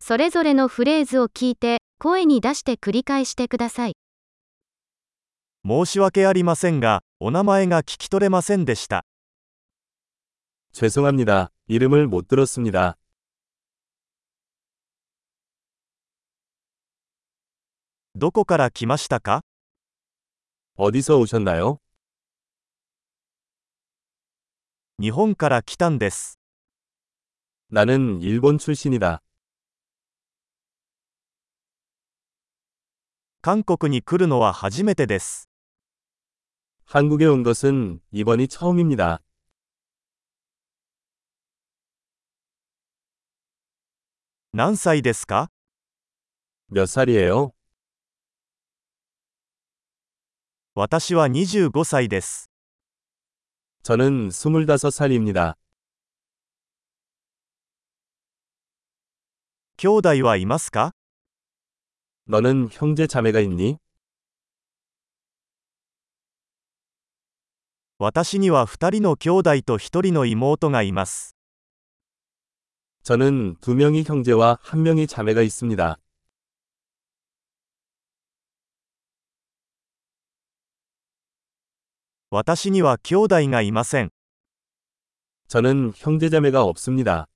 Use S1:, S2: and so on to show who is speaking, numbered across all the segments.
S1: それぞれのフレーズを聞いて、声に出して繰り返してください。
S2: 申し訳ありませんが、お名前が聞き取れませんでした。
S3: 죄송합니다. 이름을 못 들었습니다.
S2: どこから来ましたか
S3: 어디서 오셨나요?
S2: 日本から来たんです。
S3: 나는 일본 출신이다.
S2: 韓国に来るのは初めてです。
S3: 한국에 온 것은 이번이 처음입니다.
S2: 何歳ですか
S3: 몇 살이에요?
S2: 私は25歳です。
S3: 저는 25살입니다.
S2: 兄弟はいますか
S3: 너는 형제 자매가 있니?
S2: 私には2人の兄弟と1人の妹がいます。
S3: 저는 두 명이 형제와 한 명이 자매가 있습니다.
S2: 私には兄弟がいません。
S3: 저는 형제 자매가 없습니다.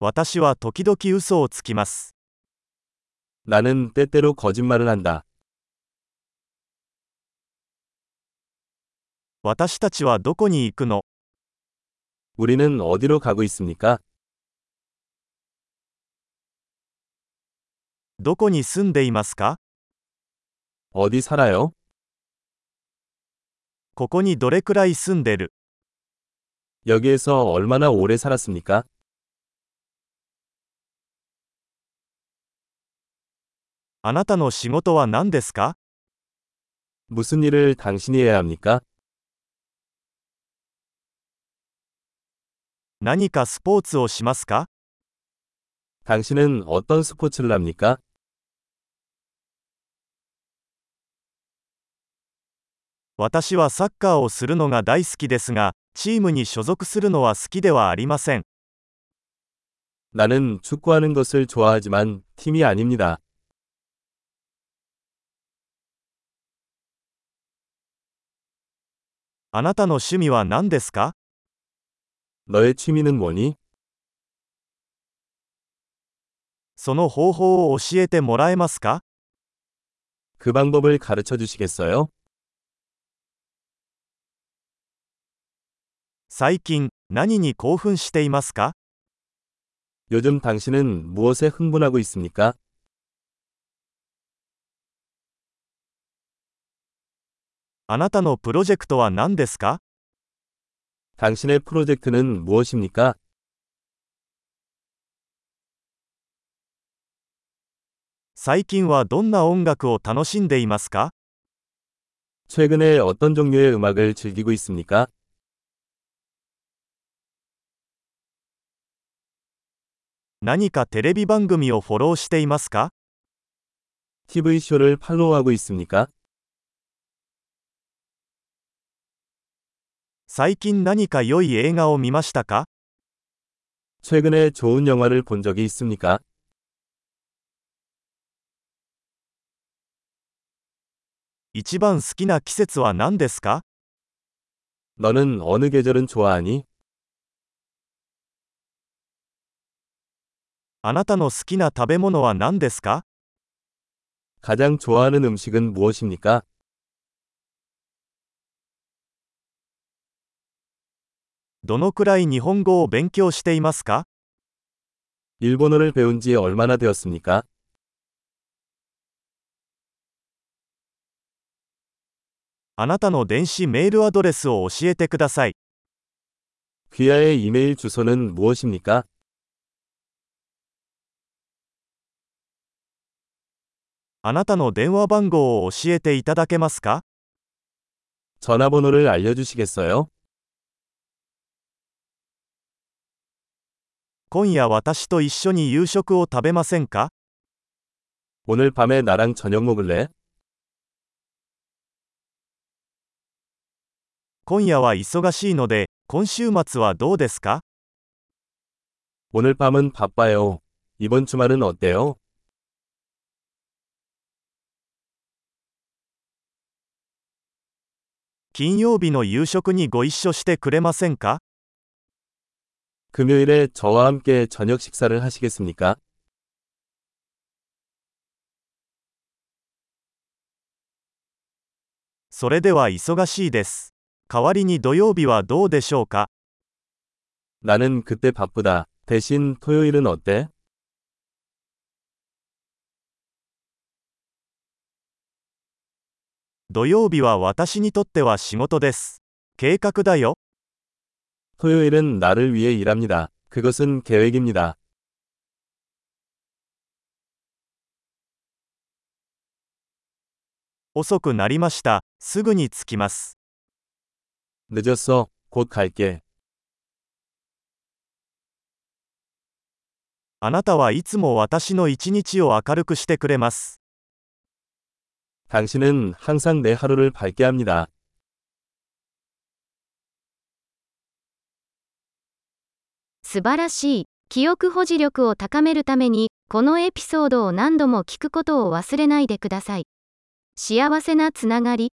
S2: 私は時々嘘をつきます。
S3: 나는 때때로 거짓말을 한다.
S2: 私たちはどこに行くの
S3: 우리는 어디로 가고 있습니까?
S2: どこに住んでいますか
S3: 어디 살아요?
S2: ここにどれくらい住んでる
S3: 여기에서 얼마나 오래 살았습니까?
S2: あなたの仕事は何ですか
S3: 무슨 일을 당신이 해야 합니까?
S2: 何かスポーツをしますか
S3: 당신은 어떤 스포츠를 합니까?
S2: 私はサッカーをするのが大好きですが、チームに所属するのは好きではありません。
S3: 나는 축구하는 것을 좋아하지만 팀이 아닙니다.
S2: あなたの趣味は何ですか
S3: 너의 취미는 뭐니?
S2: その方法を教えてもらえますか
S3: 그 방법을 가르쳐 주시겠어요?
S2: 最近、何に興奮していますか
S3: 요즘 당신은 무엇에 흥분하고 있습니까?
S2: あなたのプロジェクトは何ですか
S3: 당신의 프로젝트는 무엇입니까?
S2: 最近はどんな音楽を楽しんでいますか
S3: 최근에 어떤 종류의 음악을 즐기고 있습니까?
S2: 何かテレビ番組をフォローしていますか
S3: TV쇼를 팔로우하고 있습니까?
S2: 最近何か良い映画を見ましたか
S3: 최근에 좋은 영화를 본 적이 있습니까?
S2: 一番好きな季節は何ですか
S3: 너는 어느 계절은 좋아하니?
S2: あなたの好きな食べ物は何ですか
S3: 가장 좋아하는 음식은 무엇입니까?
S2: どのくらい日本語を勉強していますか
S3: 일본어를 배운 지 얼마나 되었습니까?
S2: あなたの電子メールアドレスを教えてください。
S3: 귀하의 이메일 주소는 무엇입니까?
S2: あなたの電話番号を教えていただけますか
S3: 전화번호를 알려주시겠어요?
S2: 今夜私と一緒に夕食を食べませんか
S3: 오늘 밤에 나랑 저녁 먹을래?
S2: 今夜は忙しいので、今週末はどうですか
S3: 오늘 밤은 바빠요. 이번 주말은 어때요?
S2: 金曜日の夕食にご一緒してくれませんか
S3: 금요일에 저와 함께 저녁 식사를 하시겠습니까?
S2: それでは忙しいです。代わりに土曜日はどうでしょうか
S3: 나는 그때 바쁘다. 대신 토요일은 어때?
S2: 土曜日は私にとっては仕事です。計画だよ。
S3: 토요일은 나를 위해 일합니다. 그것은 계획입니다.
S2: 遅くなりました。すぐに着きます。
S3: 늦었어. 곧 갈게.
S2: あなたはいつも私の一日を明るくしてくれます。
S3: 당신은 항상 내 하루를 밝게 합니다.
S1: 素晴らしい。記憶保持力を高めるために、このエピソードを何度も聞くことを忘れないでください。幸せなつながり。